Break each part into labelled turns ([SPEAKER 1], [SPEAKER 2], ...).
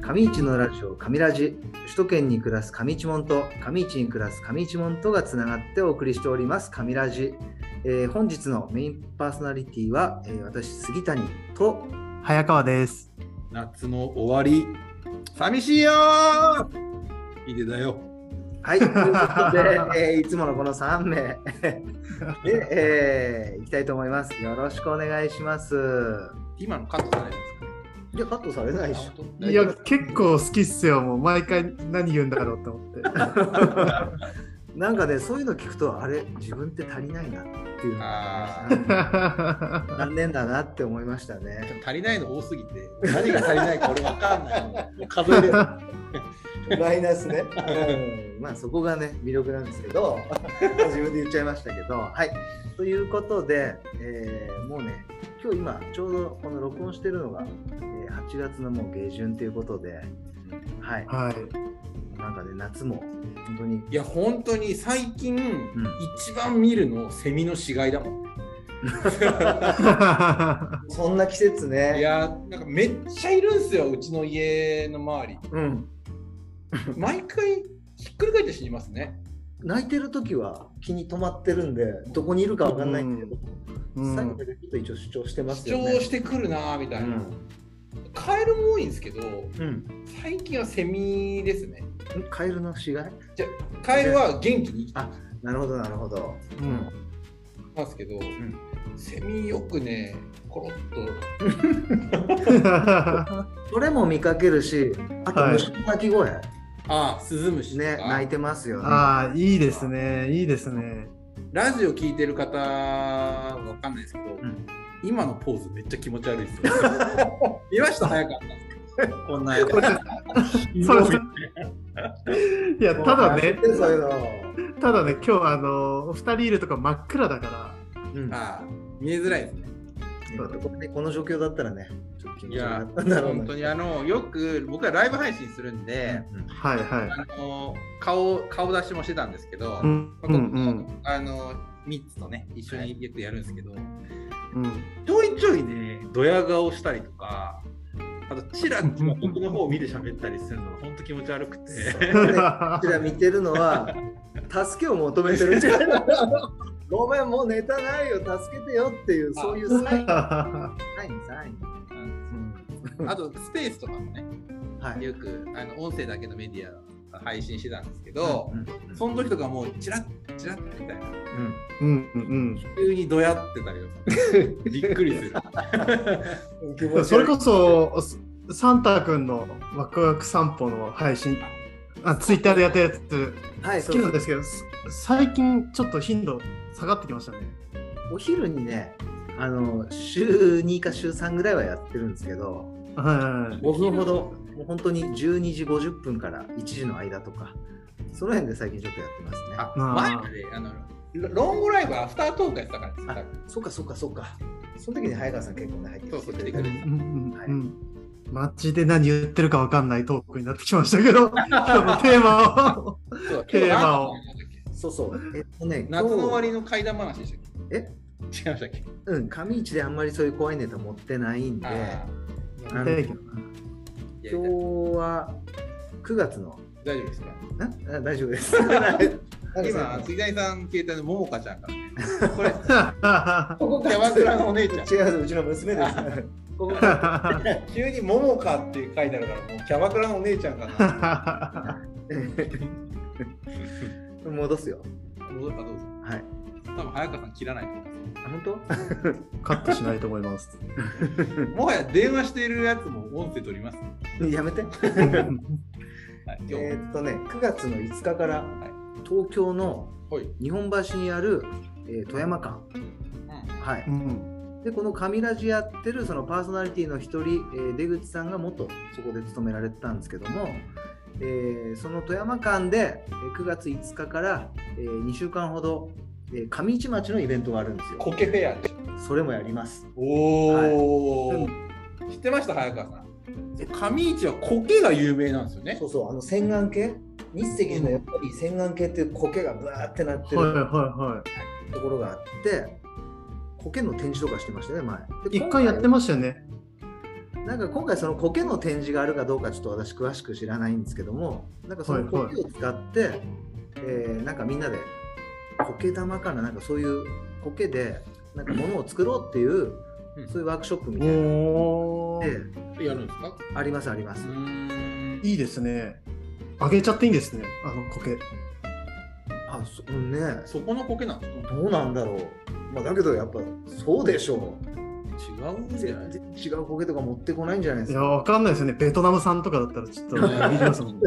[SPEAKER 1] 上市のラジオ上ラジ首都圏に暮らす上市門と上市に暮らす上市門とがつながってお送りしております上ラジ、えー本日のメインパーソナリティは、えー私杉谷と
[SPEAKER 2] 早川です。
[SPEAKER 3] 夏の終わり、寂しいよーいでだよ。
[SPEAKER 1] はい、ということ で、えーいつものこの3名 で、えーいきたいと思います。よろしくお願いします。
[SPEAKER 3] 今のカットじゃないで
[SPEAKER 1] いや、カットされないでし
[SPEAKER 3] すか、
[SPEAKER 2] いや、結構好きっすよ。もう毎回何言うんだろうと思って。
[SPEAKER 1] ょ。なんかね、そういうの聞くと、あれ、自分って足りないなっていうのが
[SPEAKER 3] あ
[SPEAKER 1] ね、 残念だなって思いましたね。
[SPEAKER 3] 足りないの多すぎて、何が足りないか俺わかんない。もう数え れる。
[SPEAKER 1] マイナスね。うんまあ、そこがね、魅力なんですけど、自分で言っちゃいましたけど、はい。ということで、えーもうね、今日今、ちょうどこの録音してるのが、えー8月のもう下旬ということで、はい。
[SPEAKER 2] はい。
[SPEAKER 1] なんかね、夏も本当に、
[SPEAKER 3] いや、本当に最近、
[SPEAKER 1] ん
[SPEAKER 3] 一番見るの、セミの死骸だもん。
[SPEAKER 1] そんな季節ね。
[SPEAKER 3] いやー、なんかめっちゃいるんすよ、うちの家の周り。
[SPEAKER 1] うん。
[SPEAKER 3] 毎回、ひっくり返って死にますね。
[SPEAKER 1] 泣いてる時は気に止まってるんで、どこにいるかわかんないんだけど、
[SPEAKER 2] うん
[SPEAKER 1] 最後だけちょっと一応主張してます
[SPEAKER 3] 主
[SPEAKER 1] よね。
[SPEAKER 3] 張してくるなーみたいな。
[SPEAKER 1] うん
[SPEAKER 3] カエルも多いんですけど、
[SPEAKER 1] うん。
[SPEAKER 3] 最近はセミですね。
[SPEAKER 1] カエルの死骸
[SPEAKER 3] カエルは元気に生きて
[SPEAKER 1] なるほど、なるほど。
[SPEAKER 2] うん
[SPEAKER 3] ますけど、
[SPEAKER 1] ん
[SPEAKER 3] セミよくね、コロッと。
[SPEAKER 1] それも見かけるし、あと
[SPEAKER 2] はい
[SPEAKER 1] 虫の鳴き声、
[SPEAKER 3] ああ、スズムシ
[SPEAKER 1] ね、泣いてますよね。
[SPEAKER 2] ああ、いいですね。いいですね。
[SPEAKER 3] ラジオ聞いてる方、わかんないですけど、
[SPEAKER 1] ん
[SPEAKER 3] 今のポーズめっちゃ気持ち悪いですよ。 見ました早かった。こんなやつ。
[SPEAKER 2] そ れそれいや、ただね、
[SPEAKER 1] そういうの。
[SPEAKER 2] ただね、今日あの、お二人いるとか真っ暗だか
[SPEAKER 1] うん
[SPEAKER 3] ああ、見えづらいですね。
[SPEAKER 1] そうだこれねこの状況だったらね、ちょっと気持
[SPEAKER 3] い
[SPEAKER 1] ち悪か
[SPEAKER 3] や
[SPEAKER 1] っ、たんだろう
[SPEAKER 3] 本当にあの、よく僕はライブ配信するんで、
[SPEAKER 2] ら。はいは
[SPEAKER 3] あの顔顔出しもしてたんですけど、
[SPEAKER 2] い。うん
[SPEAKER 3] ま
[SPEAKER 2] う
[SPEAKER 3] あこ
[SPEAKER 2] んうん
[SPEAKER 3] あの3つとね、一緒によくやるんですけど、
[SPEAKER 2] うん。
[SPEAKER 3] ちょいちょいね、ドヤ顔したりとか、あと、チラチラ僕の方を見て喋ったりするのが本当気持ち悪くて。
[SPEAKER 1] うんねこちら見てるの は、助けを求めてるんじゃないごめん、もうネタないよ、助けてよっていう、そういうサイン、サイン、サイン。
[SPEAKER 3] あと、スペースとかもね、
[SPEAKER 1] はい。
[SPEAKER 3] よくあの音声だけのメディア配信してたんですけど、
[SPEAKER 1] うん
[SPEAKER 3] その時とかもう、チラッ、チラッみたいな、
[SPEAKER 2] うんうん
[SPEAKER 3] 急にドヤってたりとか、びっくりす る。
[SPEAKER 1] うん
[SPEAKER 2] うん それこそササンタ君のワクワク散歩の配信あツイッターでやったやつ
[SPEAKER 1] はい、
[SPEAKER 2] 好
[SPEAKER 1] そ
[SPEAKER 2] きなん
[SPEAKER 1] う
[SPEAKER 2] ですけど、す最近ちょっと頻度下がってきましたね。
[SPEAKER 1] お昼にね、あの週2か週3ぐらいはやってるんですけど、
[SPEAKER 2] は
[SPEAKER 1] 5分ほど、もう本当に12時50分から1時の間とか、その辺で最近ちょっとやってますね。
[SPEAKER 3] あ、前まで、あの、ロロングライブ、アフタートークやってたからです
[SPEAKER 1] あ
[SPEAKER 3] 多分
[SPEAKER 1] そっかそっかそっか。その時に早川さん結構ね、入って
[SPEAKER 3] そうそう来て
[SPEAKER 2] いは
[SPEAKER 3] く
[SPEAKER 2] い。
[SPEAKER 3] れ
[SPEAKER 2] うんうんうんマジで何言ってるかわかんないトークになってきましたけど、今日のテーマを。
[SPEAKER 3] そう
[SPEAKER 2] テーマを
[SPEAKER 1] そうそう。えっとね、
[SPEAKER 3] 夏の終わ
[SPEAKER 1] り。
[SPEAKER 3] りの怪談話でしたっけ
[SPEAKER 1] え
[SPEAKER 3] 違いましたっけ
[SPEAKER 1] うん、上市であんまりそういう怖いネタ持ってないんで、
[SPEAKER 3] あ
[SPEAKER 1] あの
[SPEAKER 2] 定義
[SPEAKER 3] ーいや
[SPEAKER 1] 今日は9月の、
[SPEAKER 3] 大丈夫ですか
[SPEAKER 1] んあ 大丈夫 です。はい
[SPEAKER 3] 今、杉谷さん携帯のももかちゃんからね、 これ、
[SPEAKER 1] ここ
[SPEAKER 3] キャバクラのお姉ちゃん、
[SPEAKER 1] 違う、うちの娘です。ここ
[SPEAKER 3] 急にももかって書いてあるから、もうキャバクラのお姉ちゃんかな。
[SPEAKER 1] 戻すよ。
[SPEAKER 3] 戻ったらどうぞ。
[SPEAKER 1] はい。
[SPEAKER 3] 多分早川さん切らないと思いま
[SPEAKER 1] あ本当
[SPEAKER 2] カットしないと思います。
[SPEAKER 3] す。もはや電話しているやつも音声取ります。は
[SPEAKER 1] やめて。
[SPEAKER 3] い、今日、
[SPEAKER 1] えーっとね、9月の5日から
[SPEAKER 3] はい
[SPEAKER 1] 東京の
[SPEAKER 3] ほい。
[SPEAKER 1] 日本橋にある、えー富山館、は
[SPEAKER 2] う
[SPEAKER 1] い、
[SPEAKER 2] ん
[SPEAKER 1] でこの上ラジやってるそのパーソナリティの一人、えー出口さんが元そこで勤められてたんですけども、えーその富山館でえー9月5日から、え2週間ほど、えー上市町のイベントがあるんです
[SPEAKER 3] コ
[SPEAKER 1] よ。
[SPEAKER 3] ケフェアでし
[SPEAKER 1] それもやります。
[SPEAKER 3] ょ。お
[SPEAKER 2] はい
[SPEAKER 3] ー、知ってました、早川さん。上市はコケが有名なんですよね
[SPEAKER 1] そ。うそう、あの洗顔系日赤寺のやっぱり洗顔系っていう苔がブワーってなって
[SPEAKER 2] はいはい
[SPEAKER 1] る
[SPEAKER 2] は
[SPEAKER 1] ところがあって、苔の展示とかしてましたね、前。
[SPEAKER 2] い。一回やってましたよね。
[SPEAKER 1] なんか今回その苔の展示があるかどうかちょっと私詳しく知らないんですけどもなんかその
[SPEAKER 2] はいはい
[SPEAKER 1] 苔を使って、えーなんかみんなで苔玉からなんかそういう苔でなんか物を作ろうっていう
[SPEAKER 3] うん
[SPEAKER 1] そういうワークショップみたいなの
[SPEAKER 2] お
[SPEAKER 1] で
[SPEAKER 2] ー
[SPEAKER 3] やるんですか
[SPEAKER 1] ありますあります
[SPEAKER 3] う。ん
[SPEAKER 2] いいですね。あげちゃっていいんですね、あの苔。
[SPEAKER 1] あそうんね
[SPEAKER 3] そこの苔なんですか
[SPEAKER 1] どうなんだろう。まあだけどやっぱそうでしょう。
[SPEAKER 3] 違うんじゃない
[SPEAKER 1] 全然違う苔とか持ってこないんじゃないです
[SPEAKER 2] いや、
[SPEAKER 1] か。
[SPEAKER 2] わかんないですよね。ベトナム産とかだったら ちょっとビビりますもん。い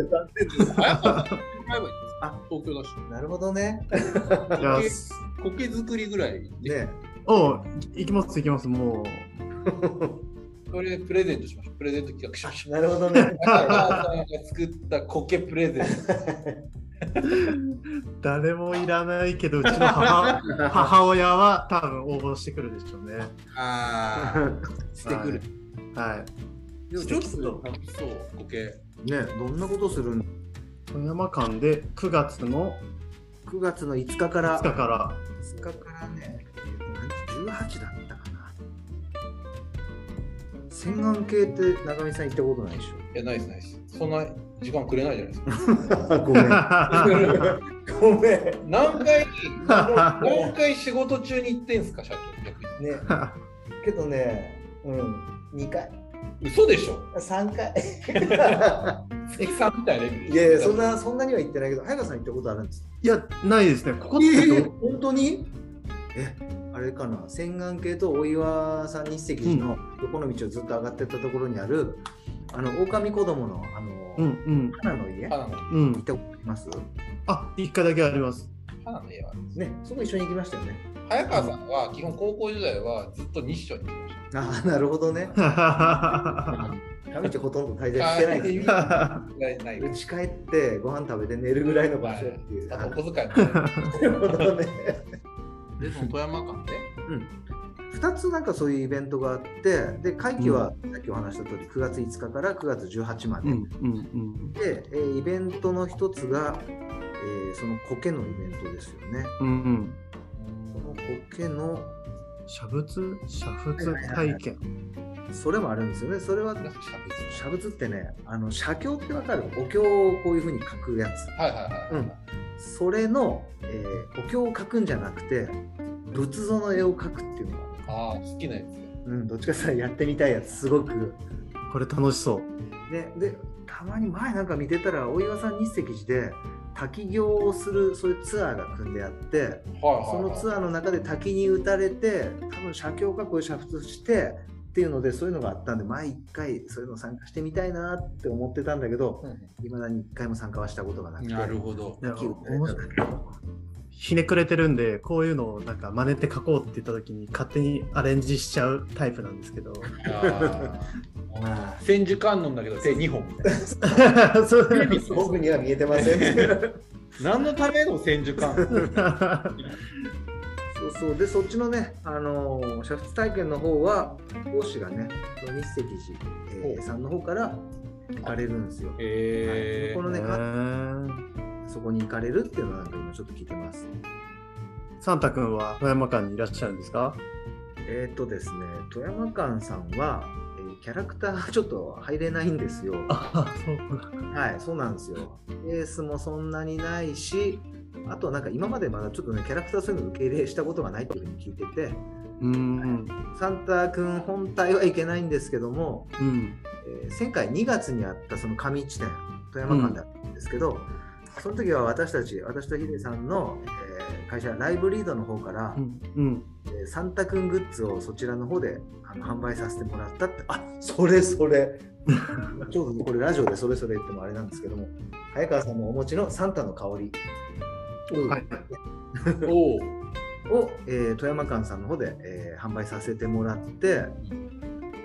[SPEAKER 3] あ東京だし
[SPEAKER 1] なるほどね。
[SPEAKER 2] や、
[SPEAKER 3] 苔作りぐらいで、
[SPEAKER 1] ね。
[SPEAKER 2] おう、いきます、いきます、もう。
[SPEAKER 3] それプレゼントしましょうプレゼント企画し ましょう
[SPEAKER 1] なるほ どね。
[SPEAKER 3] 中川さんが作った苔プレゼント。
[SPEAKER 2] 誰もいらないけど、うち の母母親は多分応募してくるでしょうね。
[SPEAKER 3] あ
[SPEAKER 1] してくる。
[SPEAKER 2] はい。
[SPEAKER 3] でもちょっと楽しそう、苔。
[SPEAKER 1] ねどんなことするん
[SPEAKER 2] 富山間で9月の
[SPEAKER 1] ?9 月の5日か
[SPEAKER 2] 2
[SPEAKER 1] ら。
[SPEAKER 2] 日から
[SPEAKER 1] 5日からね、何時18だったかな。洗顔系って中見さん行ったことないでし
[SPEAKER 3] いや、ないです、ないです。そんな時間くれないじゃないですか。
[SPEAKER 1] ょ。 ごめん。 ごめん。ね。
[SPEAKER 3] 何回、何回仕事中に行ってんすか、社長。逆に
[SPEAKER 1] けどね、うん、2回、
[SPEAKER 3] 嘘でしょ。
[SPEAKER 1] 3回。
[SPEAKER 3] 月さんみたいなレベル。
[SPEAKER 1] いやいや、そんな、そんなには行ってないけど、早川さん行ったことあるんですか
[SPEAKER 2] いや、ないですね。ここってど
[SPEAKER 1] 本当にえ、あれかな、洗顔系とお岩さん日石寺の横の道をずっと上がってったところにある、あの、狼子供の、あの、
[SPEAKER 2] うん
[SPEAKER 1] 花の家、行
[SPEAKER 3] 花の
[SPEAKER 2] うんう
[SPEAKER 1] っ
[SPEAKER 2] ん。
[SPEAKER 1] たことあります
[SPEAKER 2] あ、1回だけあります。
[SPEAKER 3] 花の家は。
[SPEAKER 1] ね、そこ一緒に行きましたよね。
[SPEAKER 3] 早川さんは基本高校時代はずっと日照にいまし
[SPEAKER 1] ああ、なるほどね。田道ほとんど滞在してないですね。
[SPEAKER 3] た。ない
[SPEAKER 1] 家帰ってご飯食べて寝るぐらいの場所っていう。
[SPEAKER 3] あ
[SPEAKER 1] あ
[SPEAKER 3] と
[SPEAKER 1] な
[SPEAKER 3] お小遣いもね。
[SPEAKER 1] るほどね。
[SPEAKER 3] で、その富山間で。
[SPEAKER 1] 2つなんかそういうイベントがあって、で、会期はさっきお話した通り9月5日から9月18ま
[SPEAKER 2] う
[SPEAKER 1] で。
[SPEAKER 2] んうん
[SPEAKER 1] で、えーイベントの一つが、えーその苔のイベントですよね。
[SPEAKER 2] うん。うんうん。
[SPEAKER 1] この苔の、
[SPEAKER 2] 写仏写仏体験。
[SPEAKER 1] それもあるんですよね。それは、
[SPEAKER 3] なんかしゃべって
[SPEAKER 1] 写仏ってね、あの写経ってわかるお経をこういうふうに書くやつ。
[SPEAKER 3] たはいはいはい。
[SPEAKER 1] それの、えーお経を書くんじゃなくて仏像の絵を描くっていうのは、
[SPEAKER 3] ああ、好きなやつ。
[SPEAKER 1] うん、どっちかさやってみたいやつすごく
[SPEAKER 2] これ楽しそう。
[SPEAKER 1] ねでたまに前なんか見てたら大岩さん日石寺で滝行をするそういうツアーが組んであって
[SPEAKER 3] はいはいはい。
[SPEAKER 1] そのツアーの中で滝に打たれて多分写経かこういう煮沸してっていうのでそういうのがあったんで毎回そういうの参加してみたいなって思ってたんだけどいまだに一回も参加はしたことがなくて
[SPEAKER 3] なるほど。
[SPEAKER 2] いや
[SPEAKER 1] 滝打たれただけ
[SPEAKER 2] ひねくれてるんで、こういうのをなんか真似て書こうって言った時に勝手にアレンジしちゃうタイプなんですけど。
[SPEAKER 1] まあ
[SPEAKER 3] 千手観音だけど手2本みたいな。
[SPEAKER 2] そう
[SPEAKER 1] 僕には見えてません
[SPEAKER 3] 何のための千手観音
[SPEAKER 1] そうそうでそっちのね、あのー、煮沸体験の方は講師がねその日赤寺、えー
[SPEAKER 3] ほう
[SPEAKER 1] さんの方から行かれるんですよ。は
[SPEAKER 3] え
[SPEAKER 1] いそこのね、
[SPEAKER 2] へー
[SPEAKER 1] そこに行かれるっていうのはなんか今ちょっと聞いてます。
[SPEAKER 2] サンタ君は富山間にいらっしゃるんですか
[SPEAKER 1] えっ、とですね富山館さんは、えーキャラクターがちょっと入れないんですよ。
[SPEAKER 2] あそうか。
[SPEAKER 1] はいそうなんですよ。ベースもそんなにないしあとなんか今までまだちょっとねキャラクターそういうの受け入れしたことがないっていうふうに聞いてて
[SPEAKER 2] うん
[SPEAKER 1] サンタ君本体はいけないんですけども
[SPEAKER 2] うん。
[SPEAKER 1] えー前回2月にあったその上地点富山間だったんですけど、その時は私たち私とヒデさんの、えー会社ライブリードの方から、
[SPEAKER 2] うんうん。
[SPEAKER 1] えーサンタくんグッズをそちらの方であの販売させてもらったってあそれそ れちょうどこれラジオでそれそれ言ってもあれなんですけども早川さんのお持ちのサンタの香り
[SPEAKER 2] はい。
[SPEAKER 3] ー、おお。
[SPEAKER 1] を、えー富山間さんの方で、えー販売させてもらって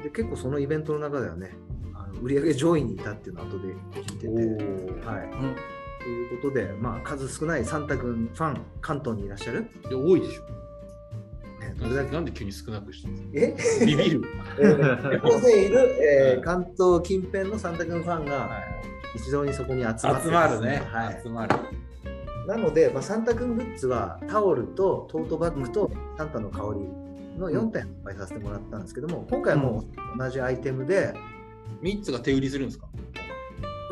[SPEAKER 1] で結構そのイベントの中ではねあの売り上げ上位にいたっていうのを後で聞いてて。はい
[SPEAKER 2] うん
[SPEAKER 1] ということで、まあ、数少ないサンタ君ファン、関東にいらっしゃる。
[SPEAKER 3] いや多いでしょ。
[SPEAKER 1] ね、どれだ
[SPEAKER 3] なん
[SPEAKER 1] け
[SPEAKER 3] でなんで急に少なくしたんです
[SPEAKER 1] え
[SPEAKER 3] かビビる。
[SPEAKER 1] 大勢いる、え
[SPEAKER 3] う
[SPEAKER 1] ー
[SPEAKER 3] ん
[SPEAKER 1] 関東近辺のサンタ君ファンが一堂にそこに集まって、
[SPEAKER 3] 集まるね。
[SPEAKER 1] はい、
[SPEAKER 3] 集まる。
[SPEAKER 1] なので、まあ、サンタ君グッズはタオルとトートバッグとサンタの香りの4点販売させてもらったんですけども、今回も同じアイテムで、
[SPEAKER 3] 3つが手売りするんですか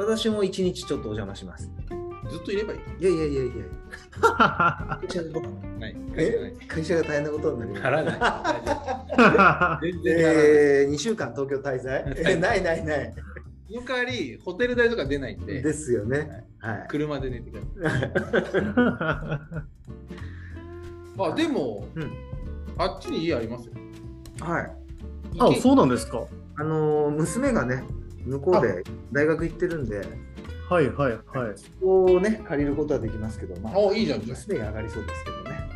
[SPEAKER 1] 私も1日ちょっとお邪魔します。
[SPEAKER 3] ずっといればいい。
[SPEAKER 1] いやいやいやいや、会社
[SPEAKER 3] ない。
[SPEAKER 1] え会社が大変なことになります
[SPEAKER 3] ならない。大丈夫 全然ならない。
[SPEAKER 1] えー、2週間東京滞在えないないない
[SPEAKER 3] その代わり、ホテル代とか出ないんで、
[SPEAKER 1] ですよねはい
[SPEAKER 3] 車で寝てください。あ、でも、
[SPEAKER 1] うん
[SPEAKER 3] あっちに家ありますよ。
[SPEAKER 1] はい
[SPEAKER 2] あ、
[SPEAKER 3] 池
[SPEAKER 2] そうなんですか。
[SPEAKER 1] あのー娘がね向こうで大学行ってるんで
[SPEAKER 2] はいはい はい。
[SPEAKER 1] ここをね借りることはできますけどまあ
[SPEAKER 3] あ、いいじゃん、じゃ
[SPEAKER 1] 娘が上がりそうですけどね、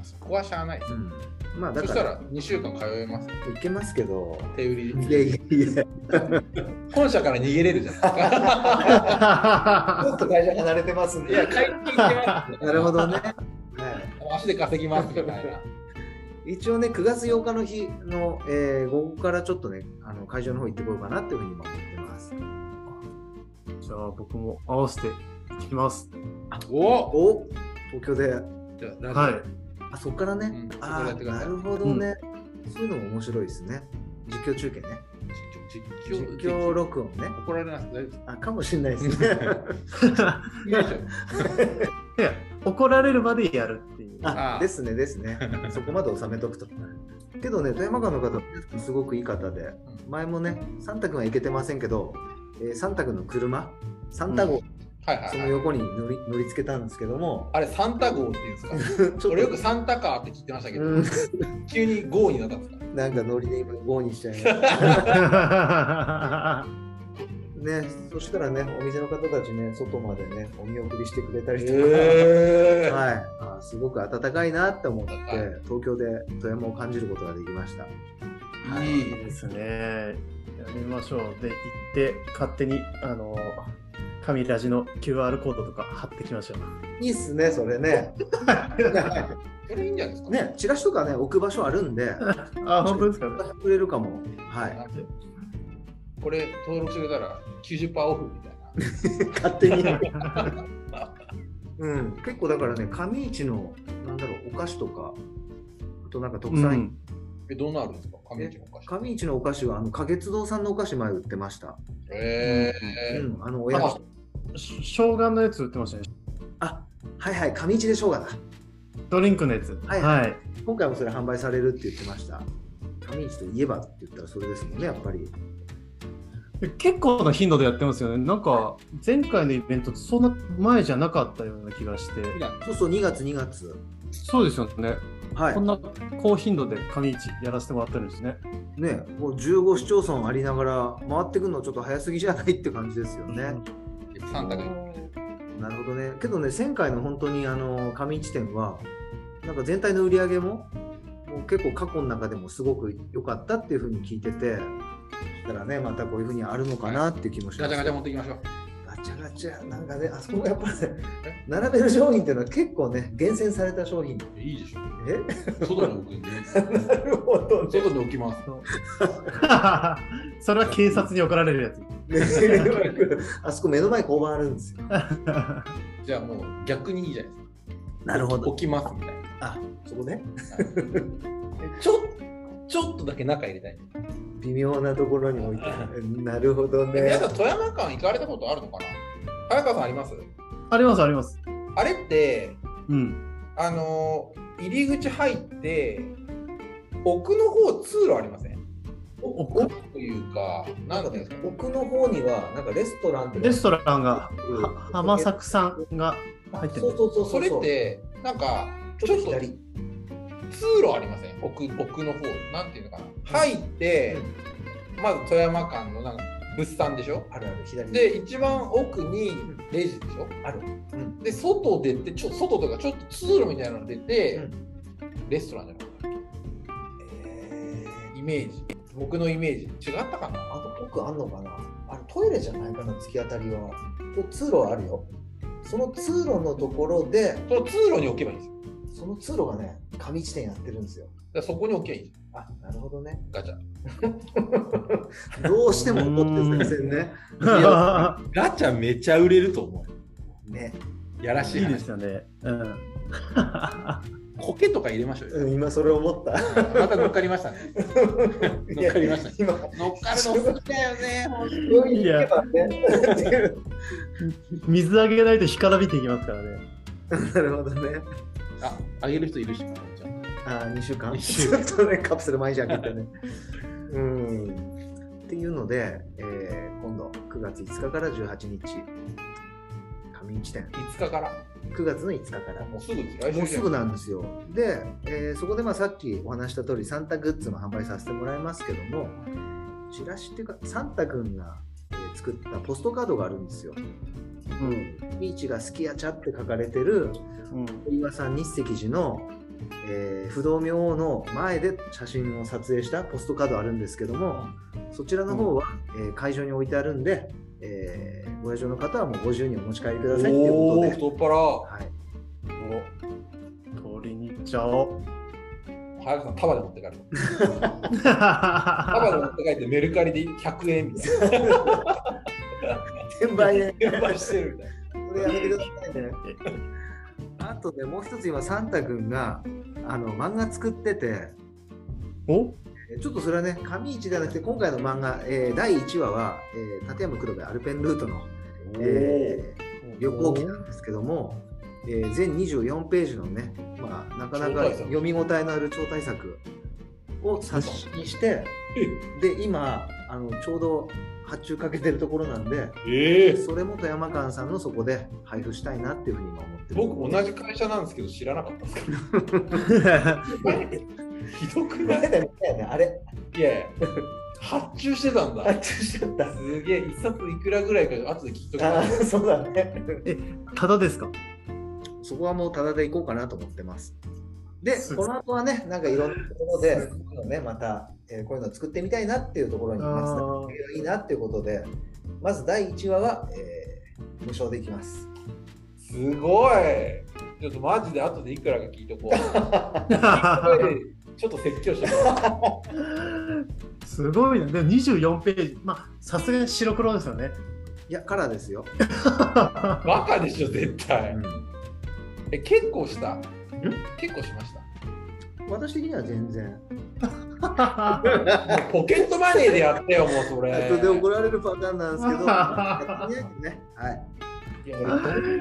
[SPEAKER 3] あ。そこはしゃあないです。
[SPEAKER 1] うん、まあだ
[SPEAKER 3] そし
[SPEAKER 1] か
[SPEAKER 3] た
[SPEAKER 1] ら
[SPEAKER 3] ら2週間通えます。
[SPEAKER 1] 行けますけど
[SPEAKER 3] 手売り
[SPEAKER 1] いやいやいや
[SPEAKER 3] 本社から逃げれるじゃないですか。
[SPEAKER 1] ちょっと会社離れてますん
[SPEAKER 3] いや、
[SPEAKER 1] で
[SPEAKER 3] 帰ってきます。
[SPEAKER 1] なるほど ね、は
[SPEAKER 3] 足で稼ぎますみたいな。
[SPEAKER 1] い、一応ね9月8日の日の、えー午後からちょっとねあの会場の方行ってこようかなっていうふうに今思ってます
[SPEAKER 2] じゃあ僕も合わせていきます。
[SPEAKER 3] おお
[SPEAKER 1] お東京で
[SPEAKER 3] じゃあ、ラジオ
[SPEAKER 2] はい。
[SPEAKER 1] あそこからね、
[SPEAKER 3] うんそこから
[SPEAKER 1] あ
[SPEAKER 3] やっ
[SPEAKER 1] ー
[SPEAKER 3] てくださ
[SPEAKER 1] ないるほどね、そういうのも面白いですね実況中継ね
[SPEAKER 3] 実
[SPEAKER 1] 実
[SPEAKER 3] 況、
[SPEAKER 1] 況録音ね
[SPEAKER 3] 怒られないです。大丈夫です
[SPEAKER 1] あかもしれないですね
[SPEAKER 2] いや怒られるまでやる っていう。
[SPEAKER 1] あ
[SPEAKER 3] あー
[SPEAKER 1] ですねです ねそこまで収めとくとけどね富山間の方すごくいい方で前もねサンタ君は行けてませんけど、えーサンタ君の車サンタ号、
[SPEAKER 3] はいはい、はい。
[SPEAKER 1] その横に乗り乗り付けたんですけども
[SPEAKER 3] あれ、サンタ号っていうんですか
[SPEAKER 1] ちょっと
[SPEAKER 3] 俺よくサンタカーって聞いてましたけど、
[SPEAKER 1] うん
[SPEAKER 3] 急に号になったんですか
[SPEAKER 1] なんかノリで今5にしちゃいましたね、そしたらね、お店の方たちね、外までね、お見送りしてくれたりとか、
[SPEAKER 3] え
[SPEAKER 1] はい、あすごく温かいなって思って
[SPEAKER 3] 温かい、
[SPEAKER 1] 東京で富山を感じることができました。
[SPEAKER 3] いい
[SPEAKER 2] いいですね。やりましょう。で、行って、勝手に、あの、神ラジの QR コードとか貼ってきましょう。
[SPEAKER 1] いいっすね、それ ね。
[SPEAKER 3] それいいんじゃないですか
[SPEAKER 1] ね、チラシとかね、置く場所あるん で、
[SPEAKER 2] あ、本当ですかね。
[SPEAKER 1] くれるかも。はい、
[SPEAKER 3] これ登録してくれたら90%オフみたいな
[SPEAKER 1] 勝手 に。うん、結構だからね、上市の、なんだろう、お菓子とか、あとなんか特
[SPEAKER 2] う
[SPEAKER 1] 産品、
[SPEAKER 2] ん。
[SPEAKER 3] えどうなるんですか上市の
[SPEAKER 1] 上市のお
[SPEAKER 3] お菓子
[SPEAKER 1] 菓子は、あの、花月堂さんのお菓子前売ってました。
[SPEAKER 3] へえ
[SPEAKER 1] うん、あの、おやきと。
[SPEAKER 2] し生姜のやつ売ってましたね。
[SPEAKER 1] あ、はいはい、上市でしょうがだ。
[SPEAKER 2] ドリンクのやつ。
[SPEAKER 1] はい
[SPEAKER 2] はい。
[SPEAKER 1] 今回もそれ販売されるって言ってました。上市といえばって言ったらそれですもんね、やっぱり。
[SPEAKER 2] 結構な頻度でやってますよね。なんか、前回のイベント、そんな前じゃなかったような気がして。
[SPEAKER 3] 普段
[SPEAKER 1] そうそう、2月、2月。
[SPEAKER 2] そうですよね。
[SPEAKER 1] は
[SPEAKER 2] こんな高頻度で上市やらせてもらってるんですね。
[SPEAKER 1] い。ね、もう15市町村ありながら、回ってくるのちょっと早すぎじゃないって感じですよね。
[SPEAKER 3] サンタが
[SPEAKER 1] なるほどね。けどね、前回の本当にあの上市店は、なんか全体の売り上げも、もう結構過去の中でもすごく良かったっていうふうに聞いてて、だからね、またこういうふうにあるのかなっていう気もし
[SPEAKER 3] ガ
[SPEAKER 1] ます。
[SPEAKER 3] チャガチャ持ってきましょう
[SPEAKER 1] ガチャガチャ、なんかね、あそこもやっぱり、ね、並べる商品っていうのは結構ね、厳選された商品。
[SPEAKER 3] いいでしょ
[SPEAKER 1] え
[SPEAKER 3] 外に置くんで
[SPEAKER 1] なるほど ね。
[SPEAKER 3] 外に置きます
[SPEAKER 2] そう それは警察に怒られるやつ。
[SPEAKER 1] あそこ目の前に交番あるんですよ。
[SPEAKER 3] じゃあもう逆にいいじゃないですか
[SPEAKER 1] なるほど。
[SPEAKER 3] 置きますみたいな
[SPEAKER 1] あ、そこね。
[SPEAKER 3] えちょちょっとだけ中入れたい
[SPEAKER 1] 微妙なところに置いてる。なるほど
[SPEAKER 3] え皆
[SPEAKER 1] ね
[SPEAKER 3] さ。ん富山間行かれたことあるのかな早川さんあります
[SPEAKER 2] あります、あります。
[SPEAKER 3] あれって
[SPEAKER 2] うん。
[SPEAKER 3] あのー入り口入って奥の方通路ありません
[SPEAKER 2] 奥
[SPEAKER 3] 奥というかなんていうんですか
[SPEAKER 1] 奥の方には、なんかレストラン
[SPEAKER 2] レス
[SPEAKER 1] ト
[SPEAKER 2] トランが、
[SPEAKER 1] うん
[SPEAKER 2] は浜作さんが入って
[SPEAKER 1] そ
[SPEAKER 2] る
[SPEAKER 1] う。そうそうう。
[SPEAKER 3] それってなんか
[SPEAKER 1] ち
[SPEAKER 3] ち
[SPEAKER 1] ょ
[SPEAKER 3] ょ
[SPEAKER 1] っ
[SPEAKER 3] っ
[SPEAKER 1] と
[SPEAKER 3] と
[SPEAKER 1] 左
[SPEAKER 3] 通路ありません奥奥の方なんていうのかな入ってまず富山間のなんか物産でしょ
[SPEAKER 1] あるある、左に。
[SPEAKER 3] で一番奥にレジでしょ
[SPEAKER 1] ある。うん。
[SPEAKER 3] で外出てちょ外とかちょっと通路みたいなの出て、
[SPEAKER 1] うん
[SPEAKER 3] レストランじゃなかったっけイメージ僕のイメージ違ったかな
[SPEAKER 1] あと奥あんのかなあれトイレじゃないかな突き当たりはこう通路あるよその通路のところで
[SPEAKER 3] その通路に置けばいいんですよ
[SPEAKER 1] その通路がね上地点やってるんですよ
[SPEAKER 3] だからそこに置けばいいんですよ
[SPEAKER 1] あなるほどね
[SPEAKER 3] ガチャ
[SPEAKER 1] どうしても怒ってる先生ね
[SPEAKER 3] ガチャめちゃ売れると思
[SPEAKER 1] ね
[SPEAKER 3] うやらし
[SPEAKER 2] い
[SPEAKER 3] い
[SPEAKER 2] い
[SPEAKER 3] 話
[SPEAKER 2] ですよね。うん。
[SPEAKER 3] 苔とか入れましょうよ。
[SPEAKER 1] うん今それ思った。
[SPEAKER 3] また乗っかりましたね。
[SPEAKER 1] いや
[SPEAKER 3] 乗っかりましたね
[SPEAKER 1] 今、
[SPEAKER 3] 乗っかるの好きだよね。本当に
[SPEAKER 1] 病院に行けばね。
[SPEAKER 2] 水あげないと干からびていきますからね。
[SPEAKER 1] なるほどね。
[SPEAKER 3] あ、あげる人いるし。じゃ
[SPEAKER 1] あー、2週間
[SPEAKER 3] 二週間
[SPEAKER 1] ずっとね、カプセル毎日開けて ね。うん。っていうので、えー今度9月5日から18日、上市店、
[SPEAKER 3] あ5日から。
[SPEAKER 1] 9月の5日から。
[SPEAKER 3] もうすぐ来週じゃん
[SPEAKER 1] もうすぐなんですよ。で、えーそこでまあさっきお話した通り、サンタグッズも販売させてもらいますけども、チラシっていうか、サンタ君が、えー作ったポストカードがあるんですよ。
[SPEAKER 2] うん。
[SPEAKER 1] ビーチが好きやちゃって書かれてる、
[SPEAKER 2] うん。
[SPEAKER 1] 小岩さん日石寺の、えー不動明王の前で写真を撮影したポストカードあるんですけども、そちらの方は、えー会場に置いてあるんで、えーご来場の方はもうご自由にお持ち帰りくださいっていう
[SPEAKER 3] お
[SPEAKER 1] こと
[SPEAKER 3] お
[SPEAKER 1] で。
[SPEAKER 3] ー、太っ腹。
[SPEAKER 1] はい
[SPEAKER 2] お取りに行っちゃおう。
[SPEAKER 3] 早くさん束で持って帰る。束で持
[SPEAKER 2] あ
[SPEAKER 3] って帰ってメルカリで100円みたいな。
[SPEAKER 1] 転売ね。
[SPEAKER 3] 転売してるみたい
[SPEAKER 1] それやめてくださいね。あとね、もう一つ今、サンタ君があの漫画作ってて、
[SPEAKER 2] お
[SPEAKER 1] えーちょっとそれはね、紙一じゃなくて、今回の漫画、えー第1話は、えー立山黒部アルペンルートの、えー旅行記なんですけども、えー全24ページのね、まあ、なかな
[SPEAKER 3] 超
[SPEAKER 1] か
[SPEAKER 3] 大作
[SPEAKER 1] 読み応えのある超大作を冊子にして、で、今あの、ちょうど発注かけてるところなんで、
[SPEAKER 3] な。ええ
[SPEAKER 1] それも富山館さんのそこで配布したいなっていうふうに今思ってる。
[SPEAKER 3] 僕同じ会社なんですけど知らなかったですけど ひどくない
[SPEAKER 1] だよね、あれ。
[SPEAKER 3] いやいや発注してたんだ
[SPEAKER 1] 発注しちゃった。
[SPEAKER 3] すげえ一冊いくらぐらいか後で聞いとく
[SPEAKER 1] ああ、そうだね。
[SPEAKER 2] ただですか
[SPEAKER 1] そこはもうタダで行こうかなと思ってます。で、
[SPEAKER 2] す
[SPEAKER 1] この後はね、なんかいろんなところで、こういうのね、また、えーこういうのを作ってみたいなっていうところに、まず、いいなっていうことで、まず第1話は、えー無償でいきます。
[SPEAKER 3] すごいちょっとマジで後でいくらか聞い とこうちょっと説教してもらう
[SPEAKER 2] すごいね。でも24ページ。まあ、さすがに白黒です よね。
[SPEAKER 1] いや、カラーですよ。
[SPEAKER 3] バカでしょ絶対
[SPEAKER 1] うん
[SPEAKER 3] え結構した結構しました
[SPEAKER 1] 私的には全然。
[SPEAKER 3] もうポケットマネーでやってよもうそれ
[SPEAKER 1] 後で怒られるパターンなんですけど、やってみない とね、はい。
[SPEAKER 3] いやどん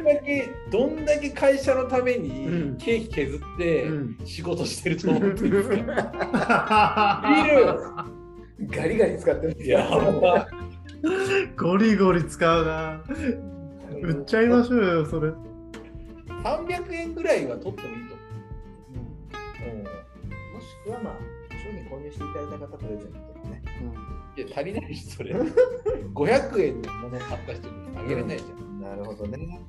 [SPEAKER 3] だけどんだけ会社のため
[SPEAKER 2] う
[SPEAKER 3] に
[SPEAKER 2] ん
[SPEAKER 3] 経費削って、
[SPEAKER 1] うん
[SPEAKER 3] 仕事してると 思っていいですかビ
[SPEAKER 2] ビ
[SPEAKER 3] ール
[SPEAKER 1] ガリガリ使ってる。
[SPEAKER 3] いや ば
[SPEAKER 2] ゴリゴリ使うな。売っちゃいましょうよ、それ。
[SPEAKER 3] 300円ぐらいは取ってもいいと思
[SPEAKER 1] うんもしくは、まあ、商品購入していただいた方、プレゼントとかね。
[SPEAKER 3] ういや足りないしそれ500円のもの買った人にあげれないじゃん、
[SPEAKER 1] なるほどね。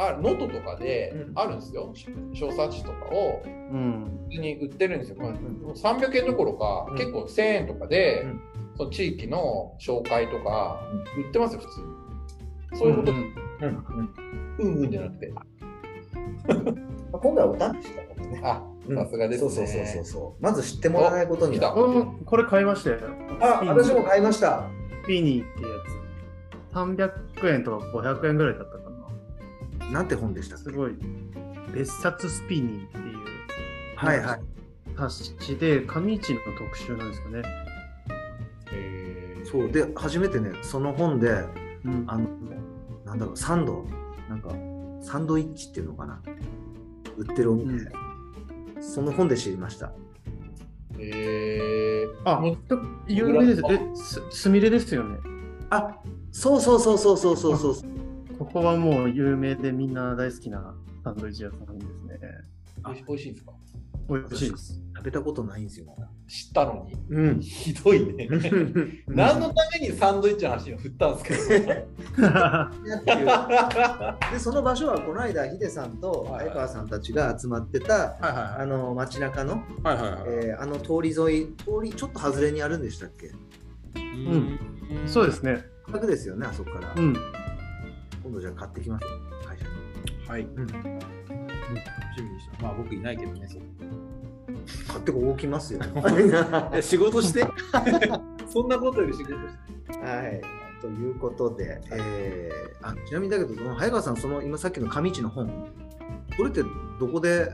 [SPEAKER 3] あノートとかで
[SPEAKER 1] うん
[SPEAKER 3] あるんですよ、小冊子とかを
[SPEAKER 2] うん。
[SPEAKER 3] 普通に売ってるんですよ、まあ、
[SPEAKER 1] ん
[SPEAKER 3] もう300円どころか、
[SPEAKER 1] うん
[SPEAKER 3] 結構1000円とかで、
[SPEAKER 1] うん
[SPEAKER 3] その地域の紹介とか売ってますよ普通にそういうこと、うん、うんじゃなくて
[SPEAKER 1] まあ、今回はお試しだからね。
[SPEAKER 3] あさすがです
[SPEAKER 1] そうそう
[SPEAKER 3] ね
[SPEAKER 1] そうそうそう。まず知ってもらわないことには。
[SPEAKER 3] お
[SPEAKER 2] 俺もこれ買いましたよ。
[SPEAKER 1] あ、私も買いました。
[SPEAKER 2] ピニーってやつ。300円とか500円ぐらいだったかな。
[SPEAKER 1] なんて本でしたっ
[SPEAKER 2] す
[SPEAKER 1] け
[SPEAKER 2] ごい。別冊スピニーっていう
[SPEAKER 1] はいはい。
[SPEAKER 2] 冊子で、上市の特集なんですかね。
[SPEAKER 3] へー
[SPEAKER 1] そう。で、初めてね、その本で、
[SPEAKER 2] うん
[SPEAKER 1] あの、なんだろう、サンド、なんか、サンドイッチっていうのかな。売ってるお店。その本で知りました。
[SPEAKER 3] へー
[SPEAKER 2] あ
[SPEAKER 3] もう、
[SPEAKER 2] 有名です。え、すすみれですよね。
[SPEAKER 1] あ、そうそうそうそうそうそうそう。
[SPEAKER 2] ここはもう有名でみんな大好きなサンドイッチ屋さんですね。
[SPEAKER 3] 美味し美味しいんですか
[SPEAKER 2] 美味しいです。
[SPEAKER 1] 食べたことないんですよ、まだ。
[SPEAKER 3] 知ったのに
[SPEAKER 1] うん。
[SPEAKER 3] ひどいね 何のためにサンドイッチの話を振ったんですか
[SPEAKER 1] っていうでその場所はこの間ヒデさんと
[SPEAKER 3] はい
[SPEAKER 1] 相川さんたちが集まってた
[SPEAKER 3] はい
[SPEAKER 1] あの街中の、
[SPEAKER 3] はいはいはい
[SPEAKER 1] えーあの通り沿い通りちょっと外れにあるんでしたっけ
[SPEAKER 3] うん
[SPEAKER 2] そうですすね。
[SPEAKER 1] 近くですよねあそこから、
[SPEAKER 2] うん。
[SPEAKER 1] 今度じゃあ買ってきますよ会社に
[SPEAKER 3] はい、
[SPEAKER 1] ん
[SPEAKER 3] 楽しみにしたまあ僕いないけどねそこ
[SPEAKER 1] 買ってこうきます よ
[SPEAKER 3] え
[SPEAKER 1] は
[SPEAKER 3] 仕事して そんなことより仕事して
[SPEAKER 1] いということで、えーあちなみにだけどその早川さんその今さっきの上市の本これってどこで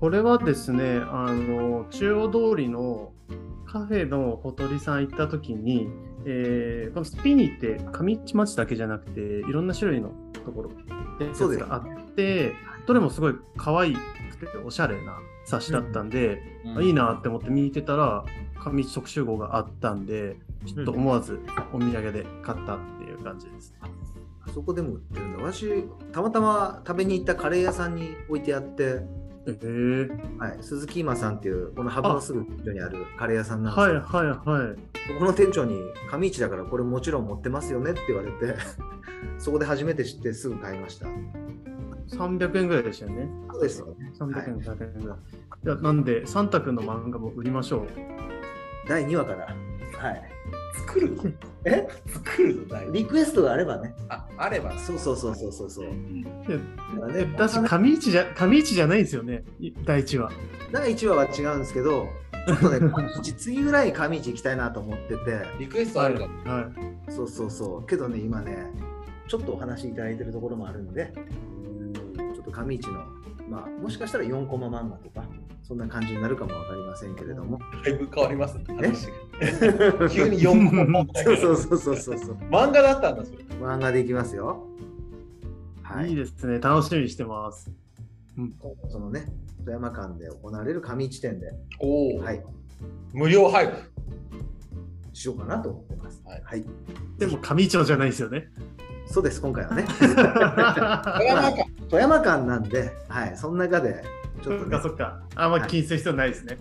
[SPEAKER 2] これはですね、あの中央通りのカフェのほとりさん行った時に、えーこのスピニーって上市町だけじゃなくて、いろんな種類のところやつ
[SPEAKER 1] そうです
[SPEAKER 2] があって、どれもすごい可愛くておしゃれな冊子だったんで、あいいなって思って見てたら、上市特集号があったんで、ちょっと思わずお土産で買ったっていう感じです。
[SPEAKER 1] あそこでも売ってるんだ私たまたま食べに行ったカレー屋さんに置いてあって、
[SPEAKER 2] えー、
[SPEAKER 1] はい、鈴木今さんっていうこの幅のすぐ近所にあるカレー屋さんなんです
[SPEAKER 2] は
[SPEAKER 1] け
[SPEAKER 2] い
[SPEAKER 1] ど、
[SPEAKER 2] はいはい。
[SPEAKER 1] ここの店長に「上市だからこれもちろん持ってますよね」って言われて そこで初めて知ってすぐ買いました
[SPEAKER 2] 300円ぐらいでしたよね。
[SPEAKER 1] そうですよね
[SPEAKER 2] 300円、500円ぐらい。いや、なんで、サンタ君の漫画も売りましょう。
[SPEAKER 1] 第2話からはい
[SPEAKER 3] 作るの
[SPEAKER 1] え
[SPEAKER 3] 作るのだい
[SPEAKER 1] リクエストがあればね
[SPEAKER 3] ああれば
[SPEAKER 1] そうそうそうそうそうそう
[SPEAKER 2] いや
[SPEAKER 1] だからね
[SPEAKER 2] だし、上市じゃ、上市じゃないですよね、い第一話。
[SPEAKER 1] 第1話は違うんですけどちょっとね上市次ぐらい上市行きたいなと思ってて
[SPEAKER 3] リクエストあるかも
[SPEAKER 2] はい。、
[SPEAKER 1] そうそうそうけどね今ねちょっとお話いただいてるところもあるんでちょっと上市のまあもしかしたら4コマ漫画とかそんな感じになるかもわかりませんけれども
[SPEAKER 3] だいぶ変わりますね話が 急
[SPEAKER 1] そ
[SPEAKER 3] に4個も
[SPEAKER 1] うそうそうそうそうそう
[SPEAKER 3] 漫画だったんだそれ
[SPEAKER 1] 漫画でいきますよ。はい
[SPEAKER 2] い
[SPEAKER 1] い。
[SPEAKER 2] ですね、楽しみにしてます。
[SPEAKER 1] そのね、富山間で行われる上地点で、
[SPEAKER 3] おお、
[SPEAKER 1] はい、
[SPEAKER 3] 無料配布
[SPEAKER 1] しようかなと思ってます。
[SPEAKER 3] はい
[SPEAKER 1] はい。
[SPEAKER 2] でも、上市じゃないですよね。
[SPEAKER 1] そうです、今回はね。
[SPEAKER 3] 富山か
[SPEAKER 1] 富山間なんで、はい、その中で、ち
[SPEAKER 2] そ
[SPEAKER 1] ょっと
[SPEAKER 2] っ
[SPEAKER 1] ね
[SPEAKER 2] か、そっか。あんま気にする必要ないですね。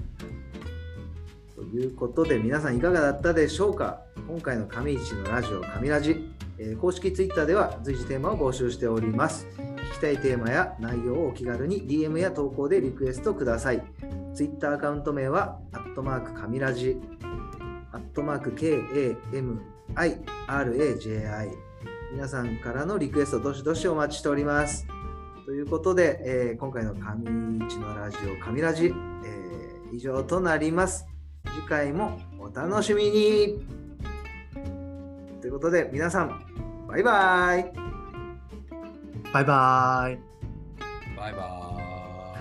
[SPEAKER 1] ということで皆さんいかがだったでしょうか今回の上市のラジオ上ラジ、えー公式ツイッターでは随時テーマを募集しております聞きたいテーマや内容をお気軽に DM や投稿でリクエストくださいツイッターアカウント名はアットマーク上ラジアットマーク KAMIRAJI 皆さんからのリクエストどしどしお待ちしておりますということで、えー今回の上市のラジオ上ラジ、えー以上となります次回もお楽しみにということで皆さんバイバイ
[SPEAKER 2] バイバーイ。
[SPEAKER 3] バイバ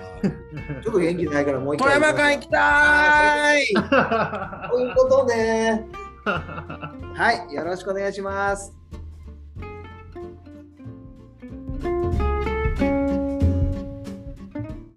[SPEAKER 1] ちょっと元気ないからもう
[SPEAKER 3] イ
[SPEAKER 1] 一回
[SPEAKER 3] きたーい
[SPEAKER 1] ということではいよろしくお願いします